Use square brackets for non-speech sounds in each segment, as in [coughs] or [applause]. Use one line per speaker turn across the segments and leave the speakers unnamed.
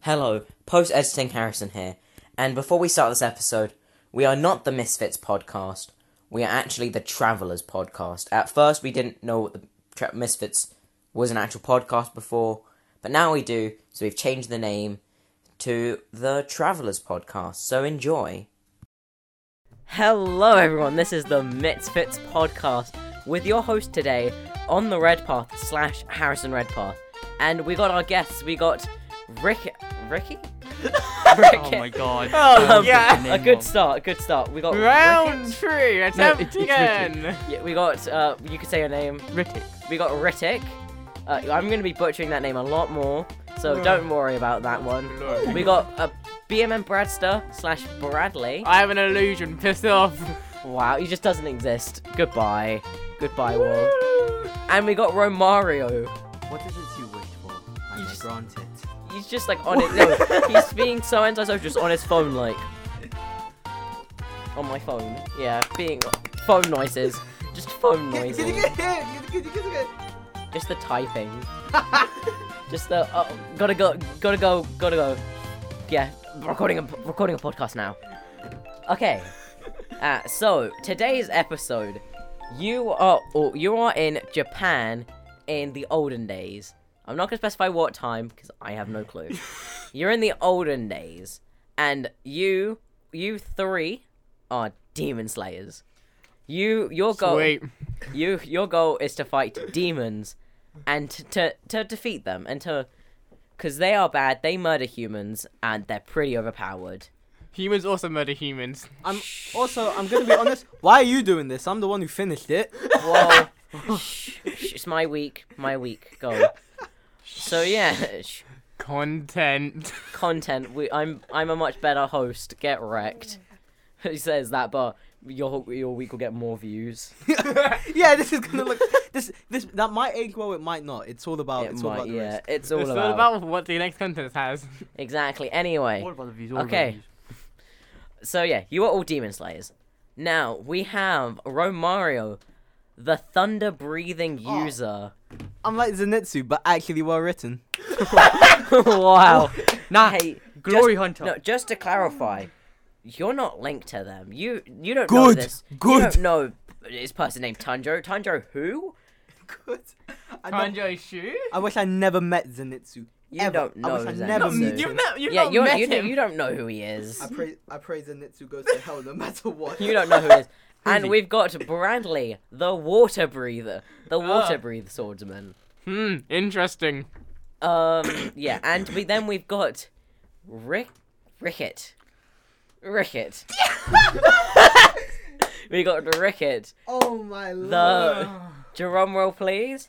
Hello, post editing Harrison here. And before we start this episode, we are not the Misfits podcast. We are actually the Travelers podcast. At first, we didn't know what the Tra- Misfits was an actual podcast before, but now we do. So we've changed the name to the Travelers podcast. So enjoy.
Hello, everyone. This is the Misfits podcast with your host today on the Redpath slash Harrison Redpath, and we got our guests. We got Rick, Ricky, Rick.
Oh my god.
Oh,
Um,
yeah.
the name
A good
of-
start. A good start. We got
Round three, attempt
it's- it's
again.
Rick- yeah, we got. Uh, you could say your name.
Ritik.
We got Ritik. Uh, I'm gonna be butchering that name a lot more, so don't worry about that one. We got uh, BMM Bradster slash Bradley.
I have an illusion. Piss off.
Wow, he just doesn't exist. Goodbye. Goodbye, world. And we got Romario.
What is it you wish for? I
You
may
just-
grant it.
He's just like on it. No, he's being so antisocial, just on his phone, like. On my phone. Yeah, being. Phone noises. Just phone noises. Just the typing.
[laughs]
just the. Oh, gotta go, gotta go, gotta go. Yeah, recording a, recording a podcast now. Okay. Uh, so, today's episode. You are or you are in Japan in the olden days. I'm not gonna specify what time because I have no clue. You're in the olden days, and you you three are demon slayers. You your goal
Wait.
you your goal is to fight demons, and to to, to defeat them and to because they are bad. They murder humans and they're pretty overpowered.
Humans also murder humans.
I'm also I'm gonna be honest. Why are you doing this? I'm the one who finished it.
Whoa. Shh, shh, it's my week. My week. Go. So yeah, shh,
[laughs] Content.
content. We, I'm I'm a much better host. Get wrecked. He says that, but your your week will get more views.
[laughs] yeah, this is gonna look this this that might age well. It might not. It's all about
it
[laughs] it's all
might.
about the
Yeah,
risk.
it's all
it's
about,
all about what the next content has.
exactly. Anyway,
All about the views, all
Okay.
about
so yeah, you are all demon slayers. Now we have Romario, the thunder breathing
Oh.
user.
I'm like Zenitsu, but actually well
[laughs]
written.
wow.
Ah,
Nah,
Hey,
the views. Glory Hunter.
No, just to clarify, you're not linked to them. You you don't know
Good,
this. You
good.
don't know this person named Tanjo. Tanjo who?
Good. I, nev-
Kanjo Shu?
I wish I never met Zenitsu.
You
Ever.
don't
I
know
wish I
Zenitsu.
never
No,
met
Um, You've
him.
not, you've
yeah,
not
you're,
met
you,
him.
you don't know who he is.
[laughs] I pray I pray Zenitsu goes to hell no matter what.
You don't know who he is. [laughs] And we've got Bradley, the water breather, the water
Ah.
breathe swordsman.
Hmm, interesting.
Um, yeah, and we then we've got Rick Ricket, Ricket. [laughs] we got Ricket,
[laughs] Oh my
the Jerome roll, please.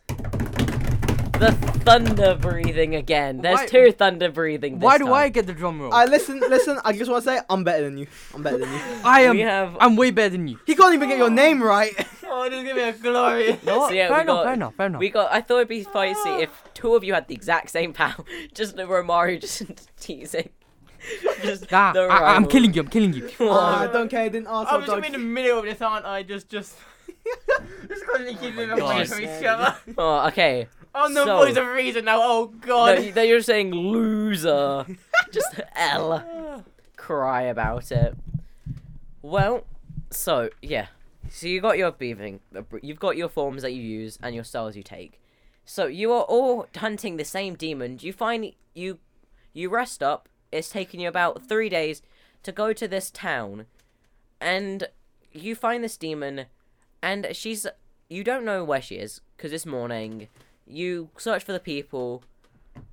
The thunder breathing again. There's
Why-
two thunder breathing. This
Why do I
time.
get the drum roll?
I listen, listen. I just want to say I'm better than you. I'm better than you.
I am.
We have.
I'm way better than you.
He can't even get your name right.
Oh, this is gonna be a glory.
No,
So, yeah,
fair
we
enough,
got-
fair enough, fair enough.
We got. I thought it'd be spicy if two of you had the exact same power. [laughs] Just Romario just [laughs] teasing. just
Nah,
the
I, am
rival.
killing you. I'm killing you.
[laughs] Come
Um,
on.
Oh,
I don't care. I didn't ask.
I'm
I
just in the middle of this, aren't I? Just, just.
[laughs]
just constantly keeping them away
God.
from each other.
Oh, okay.
I'm the
So-
voice of reason now. Oh,
No,
God. [sighs]
you- you're saying
[laughs]
loser. just L. Cry about it. Well, so yeah. So you got your beaving. You've got your forms that you use and your stars you take. So you are all hunting the same demon. You find you you rest up. It's taken you about three days to go to this town, and you find this demon, and she's you don't know where she is because it's morning. You search for the people.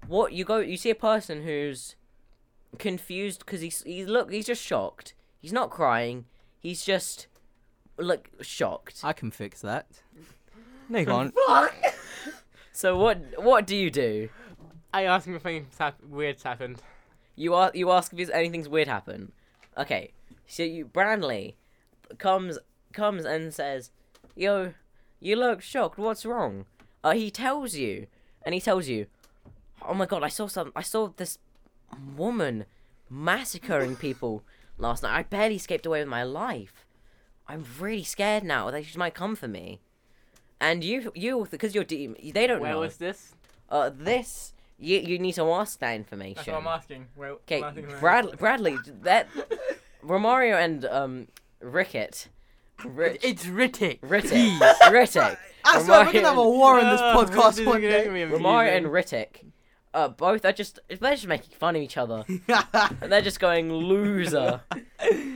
What you go you see a person who's confused because he's he's look he's just shocked. He's not crying. He's just look shocked.
I can fix that.
No, you can't.
So what what do you do?
I asked him if anything hap- weird's happened.
You are you ask if there's anything's weird happen. Okay, so you Branley comes comes and says, "Yo, you look shocked. What's wrong?" Uh, he tells you, and he tells you, "Oh my god, I saw some. I saw this woman massacring people last night. I barely escaped away with my life. I'm really scared now. They she might come for me." And you, you, because you're demon, they don't
Where
know.
was this?
Uh, this You you need to ask that information.
That's what I'm asking. Well,
Okay,
I'm asking where- [laughs]
Brad- Bradley, that Romario and um Ricket, Rit-
It's Riddick.
Rittick,
Please.
[laughs] Rittick,
I swear we're
Romario
gonna have a
and-
war on this
Ah, this
[laughs] podcast
is
one
gonna
day.
be
Romario and
amusing.
Rittick, uh, both are just they're just making fun of each other,
[laughs] ah,
and they're just
[laughs]
going
[laughs]
loser.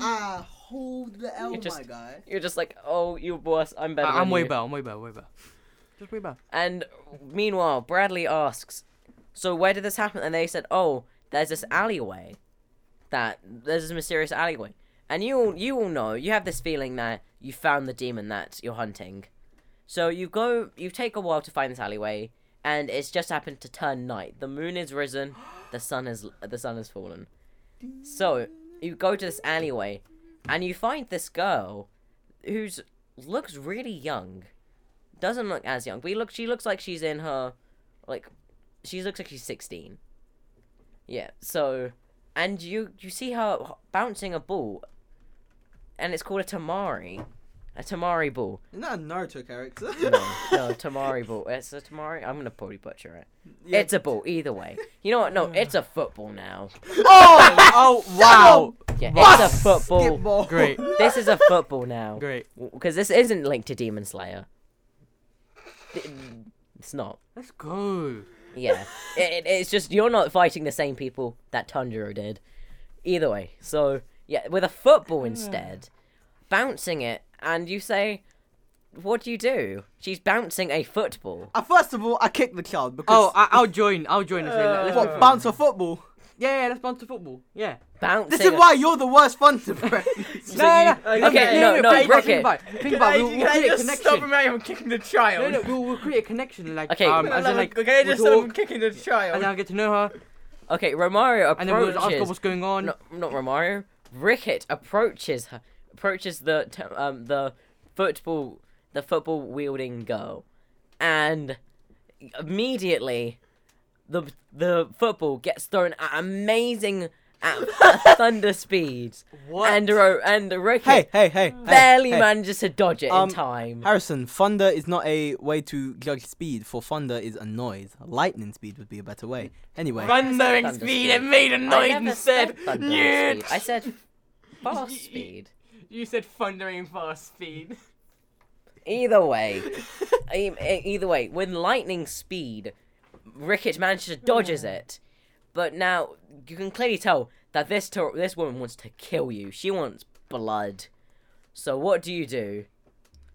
Ah, hold the L,
You just-
my guy.
You're just like, oh, you're worse. I'm better.
I-
than
I'm way
you."
better. I'm way better. Way better. Just way better.
And meanwhile, Bradley asks, "So where did this happen?" And they said, "Oh, there's this alleyway, that there's this mysterious alleyway." And you all, you all know you have this feeling that you found the demon that you're hunting, so you go you take a while to find this alleyway, and it's just happened to turn night. The moon is risen, the sun is the sun has fallen. So you go to this alleyway, and you find this girl, who's looks really young doesn't look as young, but he looks, she looks like she's in her, like, she looks like she's 16. Yeah, so, and you, you see her h- bouncing a ball, and it's called a tamari. A tamari ball.
Isn't that a Naruto character?
No,
[laughs]
no, tamari ball. It's a tamari. I'm gonna probably butcher it.
Yeah.
It's a ball, either way. You know what? No, it's a football now.
Oh!
[laughs]
oh! Wow!
Yeah,
What?
it's a football.
Skip [laughs]
Great.
This is a football now.
Great.
Because this isn't linked to Demon Slayer. Th- It's not.
Let's go.
Yeah, it, it- it's just you're not fighting the same people that Tanjiro did. Either way, so yeah, with a football
Hmm.
instead, bouncing it, and you say, "What do you do?" She's bouncing a football.
Uh, first of all, I kick the child because
Oh, I- I'll join. I'll join. us later.
Uh,
Let's
what
go.
bounce a football.
Yeah, yeah, let's bounce to football. Yeah.
Bouncing.
This is
a-
why you're the worst fun to friends. [laughs]
No, no,
Okay,
no,
okay,
no, no,
think about-
Rocket.
Think about, it, think
Can
about
I,
it. We'll,
can
we'll
I
create a
just stop
connection.
him from kicking the
No,
child?
no, we'll, we'll create a connection. Like,
Okay,
um,
no,
as
Like,
in, like,
okay, just
we'll
stop him
talk,
kicking the
and
child.
then I'll get to know her,
Okay, Romario
and then we'll just ask her
approaches.
what's going on.
No, not Romario. Ricket approaches her, approaches the t- um the football the football wielding girl, and immediately the the football gets thrown at amazing at [laughs] thunder speeds.
What?
And Ro- and Ricket
hey, hey, hey.
barely
hey.
manages to dodge it
Um,
in time.
Harrison, thunder is not a way to judge speed, for thunder is a noise. Lightning speed would be a better way. Anyway,
Thundering
Thunder
speed
speed.
and made a
I
noise
never
and said,
said thunder
"Nyeh."
speed. I [laughs] said fast speed.
You said thundering fast speed.
Either way, e- e- either way, when lightning speed, Ricket manages to dodges
Hmm.
it, but now you can clearly tell that this to- this woman wants to kill you. She wants blood. So what do you do?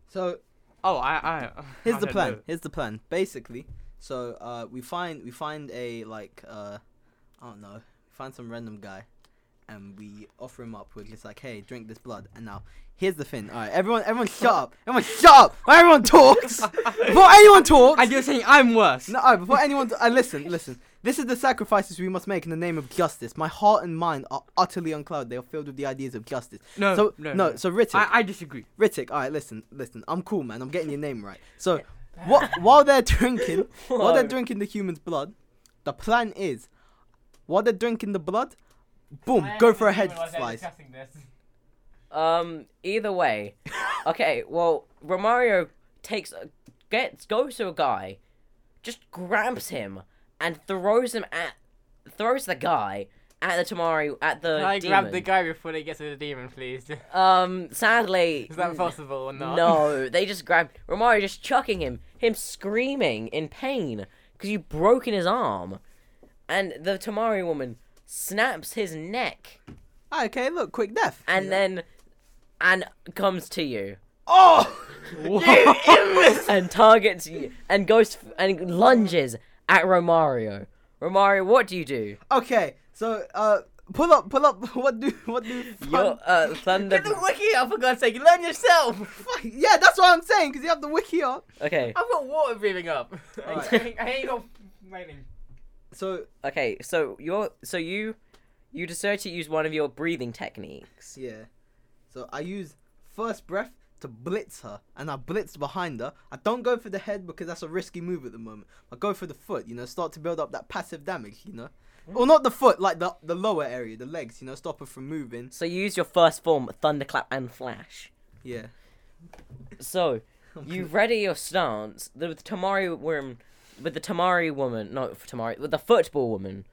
so
[laughs] oh, I, I.
here's
I
the
don't
plan.
know.
Here's the plan. Basically, so uh, we find we find a like uh, I don't know, we find some random guy, and we offer him up. We're just like, hey, drink this blood. And now here's the thing. All right, everyone, everyone, shut up. Everyone, shut up. While everyone talks.
[laughs]
[laughs]
Before anyone talks.
And you're saying I'm worse.
No, alright, before anyone, uh, listen, listen. This is the sacrifices we must make in the name of justice. My heart and mind are utterly unclouded. They are filled with the ideas of justice.
No,
so,
no, no.
So Riddick,
I, I disagree.
Riddick. All right, listen, listen. I'm cool, man. I'm getting your name right. So, what while
[laughs]
they're drinking, while they're
Whoa.
drinking the human's blood, the plan is, while they're drinking the blood, boom,
I
go for a
actually
head
realised they're
slice.
discussing this.
Um, either
[laughs]
way, okay. Well, Romario takes a, gets goes to a guy, just grabs him and throws him at throws the guy at the Tamari at the
Can I
demon.
grab the guy before they get to the
[laughs]
demon, please? Is
Um, sadly,
that possible or [laughs] not?
Um, No, they just grabbed Romario, just chucking him, him screaming in pain because you broken his arm, and the Tamari woman snaps his neck
Ah, okay, look, quick death.
and then and comes to you
oh, [laughs]
[laughs] and targets you and goes f- and lunges at Romario. Romario, what do you do?
okay. So, uh, pull up, pull up. [laughs] What do, what do?
Your uh, thunder.
wiki up for God's sake. Learn yourself. [laughs]
yeah, that's what I'm saying. Cause you have the wiki up.
Okay,
I've got water breathing [laughs] up.
Alright.
I ain't got raining.
So
okay. So you're so you you decide to use one of your breathing techniques.
Yeah. So I use first breath to blitz her, and I blitz behind her. I don't go for the head because that's a risky move at the moment. I go for the foot, you know, start to build up that passive damage, you know. Well, not the foot, like the the lower area, the legs, you know, stop her from moving.
So you use your first form, thunderclap and flash.
Yeah.
So you ready your stance. The Tamari worm with the Tamari woman, not Tamari, with the football woman,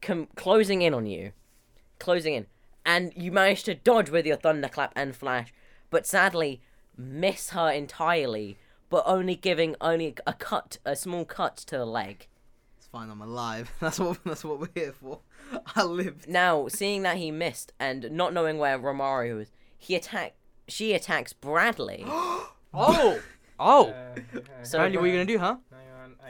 com- closing in on you, closing in, and you manage to dodge with your thunderclap and flash, but sadly miss her entirely, but only giving only a cut, a small cut to the leg.
It's fine. I'm alive. [laughs] That's what. That's what we're here for. [laughs] I lived.
Now, seeing that he missed and not knowing where Romario is, he attack, she attacks Bradley.
[laughs]
Oh,
Uh,
oh.
so
Randy, what are you gonna do, huh?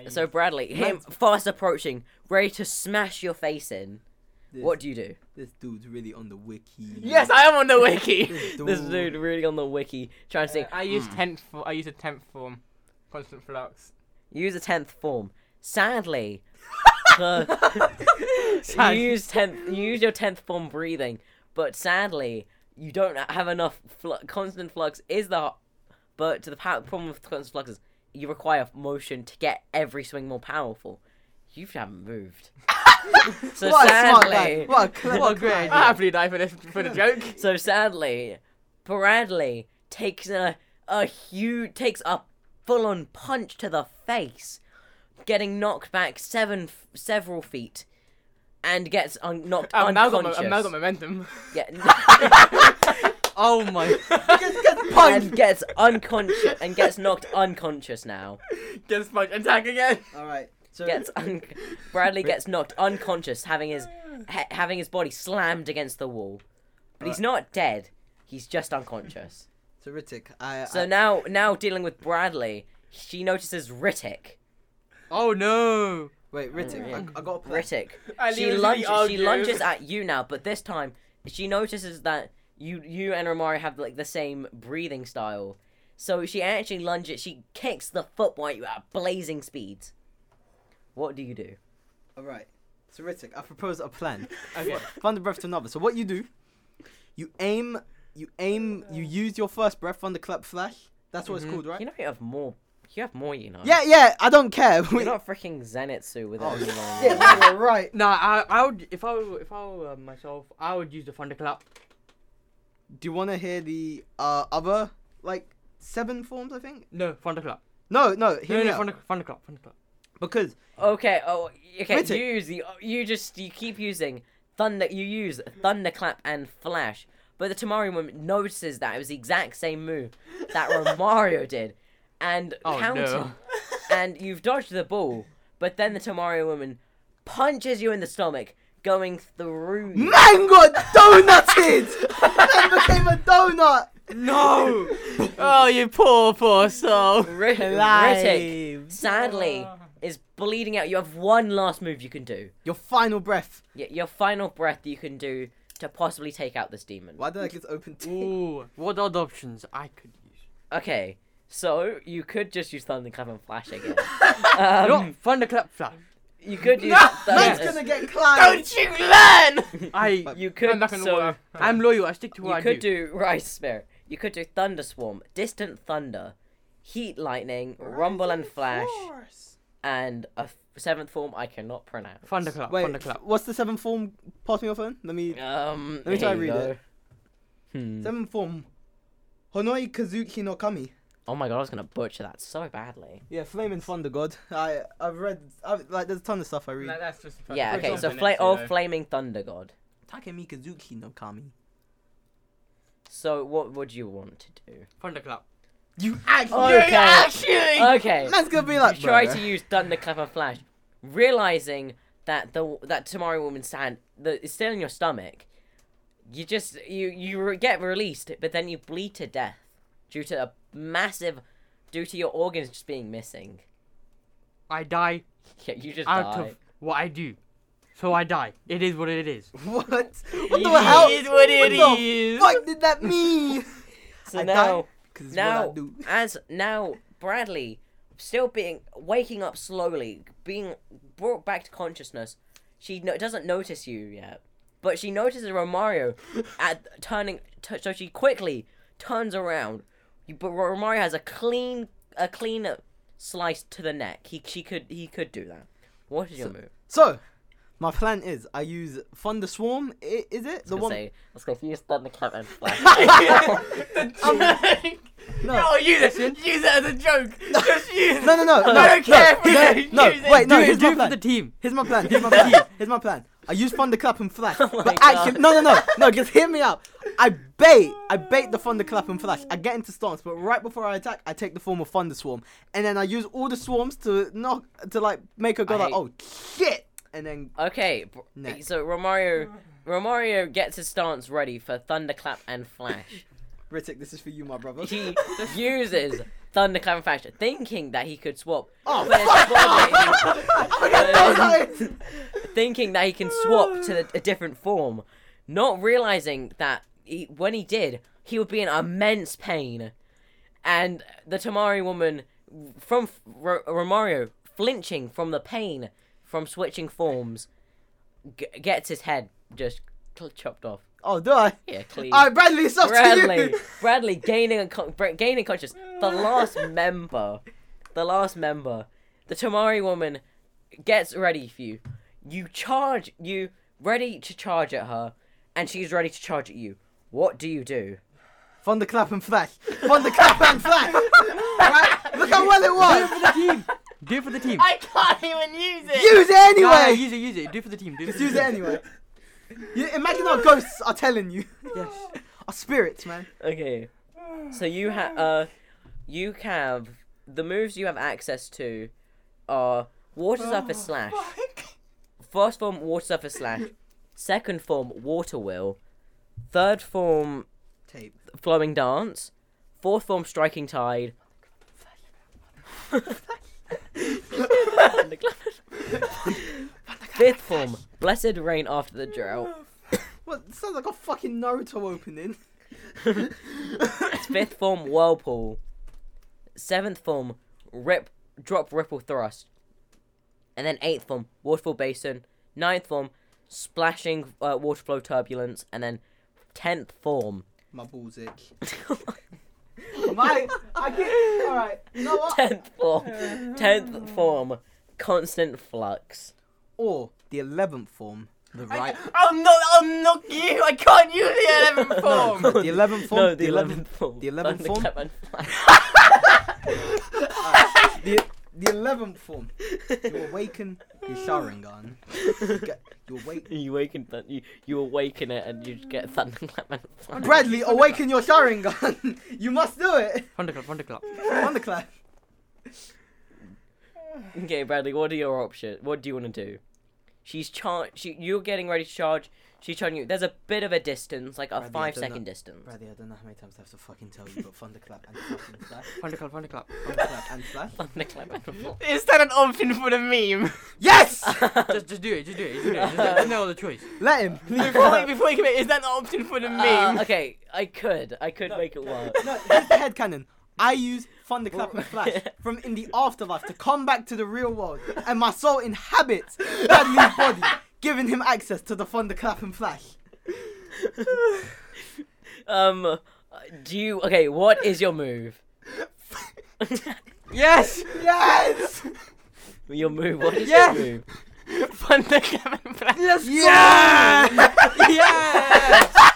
So Bradley, him fast approaching, ready to smash your face in.
This,
What do you do?
This dude's really on the wiki.
Yes, I am on the wiki.
[laughs]
[laughs]
This
this
dude.
dude really on the wiki trying to
Uh,
say,
I use tenth. fo- I use a tenth form, constant flux.
use a tenth form.
[laughs]
Sadly, the-
Sad-
you use tenth. You use your tenth form breathing, but sadly, you don't have enough. Flu- constant flux is the, but the pow- problem with constant flux is you require motion to get every swing more powerful. You haven't
[laughs]
moved. so
What a smart
sadly,
lad. What a clever
What a great
guy.
idea.
I happily die for this for the joke.
So sadly, Bradley takes a a huge takes a full on punch to the face, getting knocked back seven f- several feet, and gets un- knocked
[laughs] I've now got, mo-
unconscious.
I've now got momentum.
Yeah,
Oh
[laughs]
my.
[laughs] and gets unconscious and gets knocked unconscious now.
[laughs] Get sponge attack [laughs] again.
All right. So
Gets un- Bradley gets knocked unconscious, having his ha- having his body slammed against the wall, but he's not dead. He's just unconscious.
so Ritik, I.
So
I,
now, now dealing with Bradley, she notices Rittik.
Oh no.
wait, Ritik, I, [laughs] I got a plan.
Rittik.
I
She
literally
lunges. She
argued.
lunges at you now, but this time she notices that you, you and Romari have like the same breathing style. So she actually lunges. She kicks the football at you at blazing speed. What do you do?
All right. So Ritik, I propose a plan.
Okay.
Thunder breath to another. So what you do? You aim. You aim. You use your first breath. Thunderclap flash. That's what it's called, right?
You know you have more. You have more. You know.
Yeah, yeah. I don't care.
You're not freaking Zenitsu with
Oh,
it.
[laughs] yeah,
[laughs]
you're right.
Nah, I, I would.
If I were- if I were myself, I would use the thunderclap.
Do you want to hear the uh, other like seven forms? I think.
No thunderclap.
No, no.
No,
Hear me
no
out.
thunder, thunderclap. Thunderclap.
Because
Okay. Oh, okay.
Rittik.
You use the. oh, You just. You keep using thunder. You use thunderclap and flash. But the Tamari woman notices that it was the exact same move
[laughs]
that Romario did, and
Oh,
counters.
no.
And you've dodged the ball, but then the Tamari woman punches you in the stomach, going through. you.
mango donutted. Man became a donut.
No. [laughs] oh, you poor, poor soul.
Ri- Rittik, sadly, is bleeding out. You have one last move you can do.
Your final breath.
Y- your final breath you can do to possibly take out this demon.
Why did I get open? T-
Ooh, what are the options I could use?
Okay, so you could just use Thunderclap and Flash again.
[laughs]
You know
um,
what? Thunderclap flash.
you could use.
Man's
Thunder-
gonna get climbed.
you learn?
I,
[laughs] you could
I'm back in the
so
water.
I'm loyal. I stick to
you
what I
could
do.
do [laughs] Rice Spirit. You could do Thunder Swarm, Distant Thunder, Heat Lightning, Rumble and Flash, and a f- seventh form I cannot pronounce.
Thunderclap.
Wait,
Thunderclap.
what's the seventh form? Pass me your phone. Let me.
Um,
Let me
here
try to
you
read
go.
it.
Hmm.
Seventh form. Honoi Kazuki no Kami.
Oh my god, I was gonna butcher that so badly.
Yeah, flaming thunder god. I I've read I've, like there's a ton of stuff I read.
No, that's just
yeah,
for
okay, so
example,
fla-
Nancy,
or
though.
Flaming Thunder God.
Takemi Kazuki no Kami.
So what would you want to do?
thunderclap.
You actually.
Okay. Uh,
Actually,
Okay.
Man's gonna be like.
you try
"Bruh."
to use thunderclap and flash, realizing that the that Tamari woman's hand that is still in your stomach. You just you you re- get released, but then you bleed to death due to a massive, due to your organs just being missing. [laughs]
I die
Yeah, you just
out
die.
of what I do. So I die. It is what it is.
[laughs]
What? What the hell?
is what it
what
is.
The fuck
[laughs]
did that mean?
So
I die
now.
'Cause it's what I
now
do. [laughs]
as now Bradley still being waking up slowly, being brought back to consciousness, she no- doesn't notice you yet, but she notices Romario
[laughs]
at turning. T- so she quickly turns around, You- but Romario has a clean a clean slice to the neck. He she could he could do that. What is your move?
So, My plan is I use Thunder Swarm. i- Is it the
Gonna
one?
say, let's go. If you stun the
[laughs]
cat and flash. [laughs]
I'm like,
No.
no, use it. Use it as a joke. Just use it.
No, no,
[laughs]
no, no,
[laughs]
I don't
no,
care if we
no,
don't
no,
use it.
wait, no,
do
here's
it, do
my
it for
plan.
the team.
Here's my plan. Here's my plan.
[laughs]
Here's my plan. I use thunderclap and flash.
Oh my
but actually,
God.
no, no, no, no. Just hear me out. I bait. I bait the thunderclap and flash. I get into stance, but right before I attack, I take the form of thunder swarm, and then I use all the swarms to knock to like make her go
I
like,
hate-
oh shit, and then
okay, br-
Next.
so Romario, Romario gets his stance ready for thunderclap and flash.
Ritik, this is for you, my
[laughs]
brother.
he uses thunderclap and flash, thinking that [laughs] he could swap.
Oh, [laughs]
but it's swap
fuck! Oh my
[laughs]
God, that was nice.
thinking that he can swap to the, a different form, not realizing that he, when he did, he would be in immense pain. And the Tamari woman from R- Romario flinching from the pain from switching forms g- gets his head just cl- chopped off.
Oh, do I?
Yeah, clean.
All right, Bradley, it's up to
Bradley,
you.
[laughs] Bradley gaining a con- Bra- gaining consciousness. The [laughs] last member, the last member, the Tamari woman gets ready for you. You charge. You ready to charge at her, and she's ready to charge at you. What do you do?
Thunderclap and flash. Thunderclap and flash. Right? Look how well it
Do it
was.
for the team. Do it for the team.
I can't even use it.
Use it
No, no,
anyway.
use it, use it. Do it for the team. Do it
Just
for the
use it
team.
anyway. You, imagine our ghosts are telling you.
Yes.
Our spirits, man.
Okay, so you have uh, you have the moves you have access to are water surface slash. First form, water surface slash. Second form, water will. Third form,
[laughs] Tape.
flowing dance. Fourth form, striking tide. Fifth form, blessed rain after the drought.
What? This sounds like a fucking Naruto opening.
Fifth form, whirlpool. Seventh form, rip, drop, ripple, thrust. And then eighth form, waterfall basin. Ninth form, splashing uh, water flow turbulence. And then tenth form,
[laughs] My balls ache. My. I get. Alright. You know what?
tenth form, tenth form, constant flux.
Or the 11th form. The right.
I'm not. I'm not you. I can't use the
[laughs]
eleventh form.
The 11th form.
no, the
eleventh.
eleventh form.
the 11th form?
Thunderclap and flash.
The, the 11th form. You awaken [laughs] your Sharingan. You, [laughs] get, you awake.
[laughs] you awaken thun- you, you awaken it and you get thunderclap and flash.
Bradley, awaken your Sharingan. [laughs] you must do it.
Thunderclap, thunderclap.
Thunderclap.
Okay, Bradley, what are your options? What do you want to do? She's char- she, You're getting ready to charge. She's charging you. There's a bit of a distance, like a
Bradley, I
five
don't
second
know.
distance.
[laughs] Bradley, I don't know how many times I have to fucking tell you, but Thunderclap and fucking Flash.
Thunderclap, thunderclap.
Thunderclap and Flash.
[laughs] Thunderclap and flash.
Is that an option for the meme?
[laughs] Yes!
just, just do it, just do it. Just do it. Just there's no other choice.
Let [laughs] him.
[laughs] Before we, before we commit, is that an option for the meme?
Uh,
[laughs]
okay, I could. I could make it work.
No, here's the headcanon. I use Thunderclap and [laughs] Flash from in the afterlife to come back to the real world, and my soul inhabits Bradley's [laughs] body, giving him access to the Thunderclap and Flash.
Um, do you? Okay, what is your
[laughs]
move?
Yes!
Yes! [laughs]
your move. What is
Yes!
your move?
Thunderclap and flash.
Yes!
Yeah!
[laughs]
Yes!
[laughs]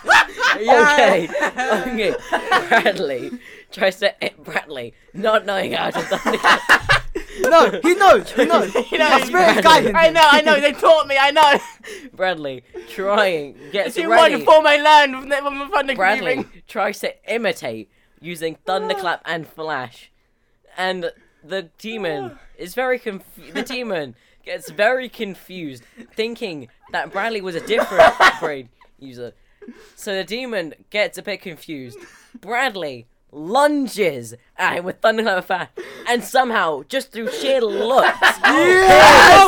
Okay, okay. Bradley tries to eh, Bradley, not knowing how to [laughs] thunderclap.
No, he knows,
[laughs]
he knows.
You know,
My spirit is guiding
I
him.
know, I know. They taught me. I
[laughs]
know.
Bradley trying gets
It's in one
ready.
form I learned from the, from the thunder
Bradley
cleaving.
[laughs] tries to imitate using thunderclap and flash, and the
[sighs]
demon is very confused. The demon gets very confused, thinking that Bradley was a
[laughs]
different brain user. So the demon gets a bit confused. Bradley lunges at him with thunderclap and flash, and somehow, just through sheer looks,
Oh, [laughs]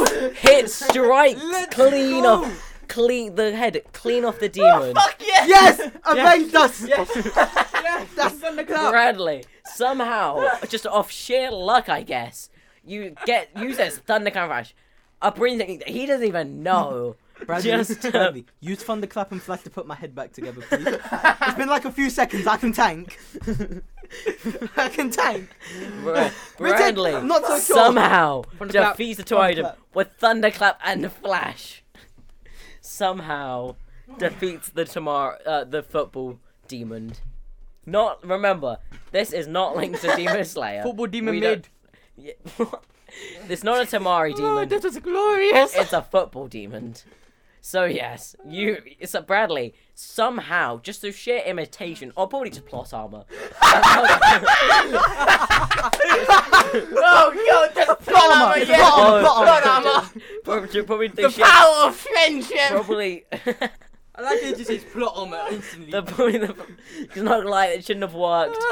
Yes!
hit strikes
Let's
clean
go!
off, clean the head, clean off the demon.
Fuck yes. [laughs]
Yes! Avenged us! That's Thunderclap!
Bradley, somehow, just off sheer luck, I guess, you get uses Thunderclap Flash. A brain that he doesn't even know.
Bradley,
Just, uh,
Bradley, use thunderclap and flash to put my head back together, please. it's been like a few seconds. I can tank. [laughs] I can tank.
Bra-
Richard,
Bradley
I'm not so sure.
somehow
Thunderclap,
defeats the Torridum
Thunderclap.
with Thunderclap and Flash. somehow defeats the tomorrow uh, the football demon. Not remember, this is not linked to Demon
[laughs]
Slayer.
Football demon
We don't-
mid.
[laughs] Yeah, it's not a Tamari
Oh,
demon.
this was
[laughs]
glorious.
[laughs] it's a football demon. So yes, you it's a Bradley somehow just through sheer imitation or probably just plot armor.
Oh god, that's
Plot armor,
Plot armor,
plot armor, plot
Plot
armor.
armor.
[laughs] probably, probably through
The
sheer,
power of friendship.
probably [laughs]
I like it just says plot armor instantly.
the probably the it's not like it shouldn't have worked.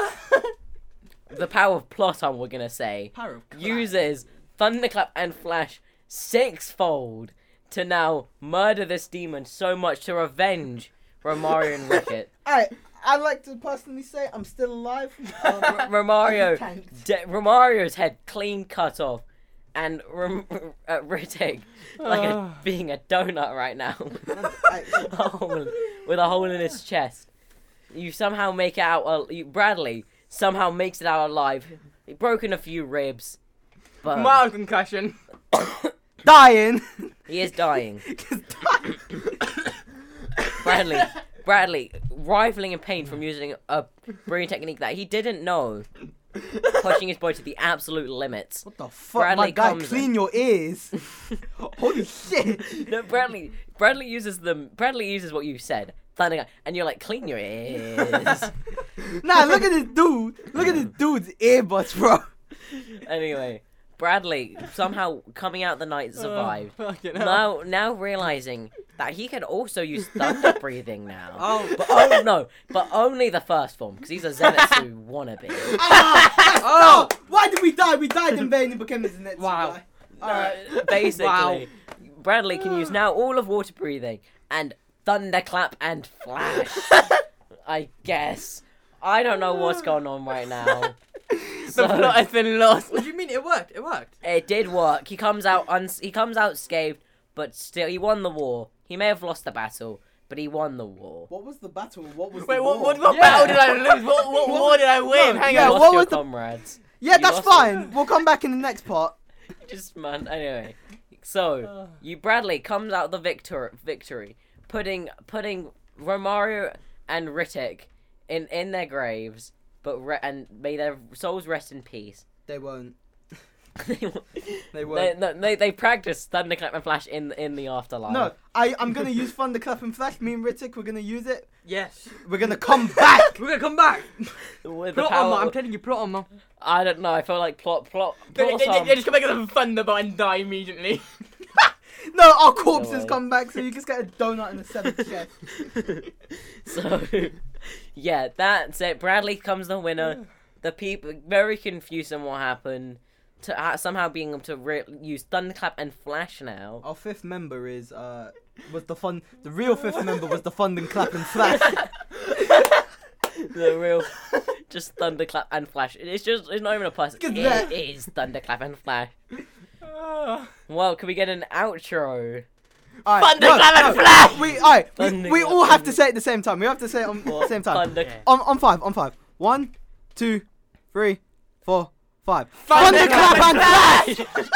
The power of plot armor we're gonna say
[laughs] power of clap.
uses thunderclap and flash sixfold to now murder this demon so much to revenge Romario and Ricket.
I I like to personally say I'm still alive. Um,
[laughs] R- Romario,
Tanked.
de- Romario's head clean cut off, and Rom- [laughs] uh, Riddick like
Ah.
Oh.
a, being a donut right now, [laughs]
I-
A hole- with a hole in his chest. You somehow make it out. al- you, Bradley somehow makes it out alive. He broken a few ribs, but
Mild concussion.
[laughs] dying.
[coughs] he is dying.
Just dying.
Bradley, Bradley, rivaling in pain from using a breathing technique that he didn't know, pushing his body to the absolute limits.
What the fuck,
Bradley
my guy?
comes
Clean your
[laughs]
ears. Holy shit.
No, Bradley. Bradley uses them. Bradley uses what you said. Thunder, and you're like, clean your
[laughs]
ears.
[laughs]
Nah, look at this dude. Look at this dude's earbuds, bro.
anyway, Bradley somehow coming out the night
Oh.
survived.
Fucking hell.
now, now realizing that he can also use
[laughs]
thunder breathing now.
Oh.
but oh no, but only the first form because he's a
[laughs]
Zenitsu wannabe.
[laughs]
oh, why did we die? We
[laughs]
died in vain and became this next
Wow.
guy. Alright.
Basically,
Wow.
Bradley can use now all of water breathing and thunderclap and
[laughs]
flash. I guess. I don't know what's going on right now.
[laughs]
So,
The plot has been lost. What do you mean? It worked. It worked.
it did work. He comes out uns- he comes out scathed, but still he won the war. He may have lost the battle, but he won the war.
[laughs] What was the battle? What was
Wait,
the
what,
war?
what, what
Yeah.
battle did I lose? [laughs] What, what war did I win? Hang
yeah,
You lost
on.
what
your
was the-
comrades.
Yeah,
You
that's
lost
fine. We'll come back in the next part.
Just man. Anyway,
[sighs]
so you Bradley comes out the victor victory, putting putting Romario and Riddick in in their graves, but re- and may their souls rest in peace. [laughs]
They won't.
they,
They
they,
won't.
no, they they practice thunderclap and flash in in the afterlife.
No, I, I'm gonna use Thunderclap and Flash. Me and Ritik, we're gonna use it.
Yes.
We're [laughs] gonna come back.
We're gonna come back.
with the
Plot armor.
power.
I'm telling you, plot armor.
I don't know. I feel like plot plot.
[laughs] They,
plot
they- they-
some-
they just come back with a thunderbolt and die immediately. [laughs]
No, our corpses
way.
come back, so you just get a donut and a [laughs] seventh chest.
So, yeah, that's it. Bradley comes the winner. The people very confused on what happened. To uh, somehow being able to re- use thunderclap and flash
[laughs]
now.
Our fifth member is uh was the fun. The real fifth member was the fun and clap and [laughs]
[laughs]
flash.
The real, just thunderclap and flash. It's just it's not even a plus.
Look at
It
that.
is thunderclap and flash.
Ah.
Well, can we get an outro?
All right,
Thunderclap and flash!
We all right. We, we
Thunderclap
all have to
and-
say it at the same time. We have to say it on at the same time.
Thunder.
On on five. On five. One, two, three, four, five.
Thunderclap
Thunderclap and flash.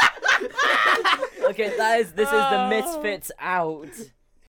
Ah.
Okay, that is this is the misfits out.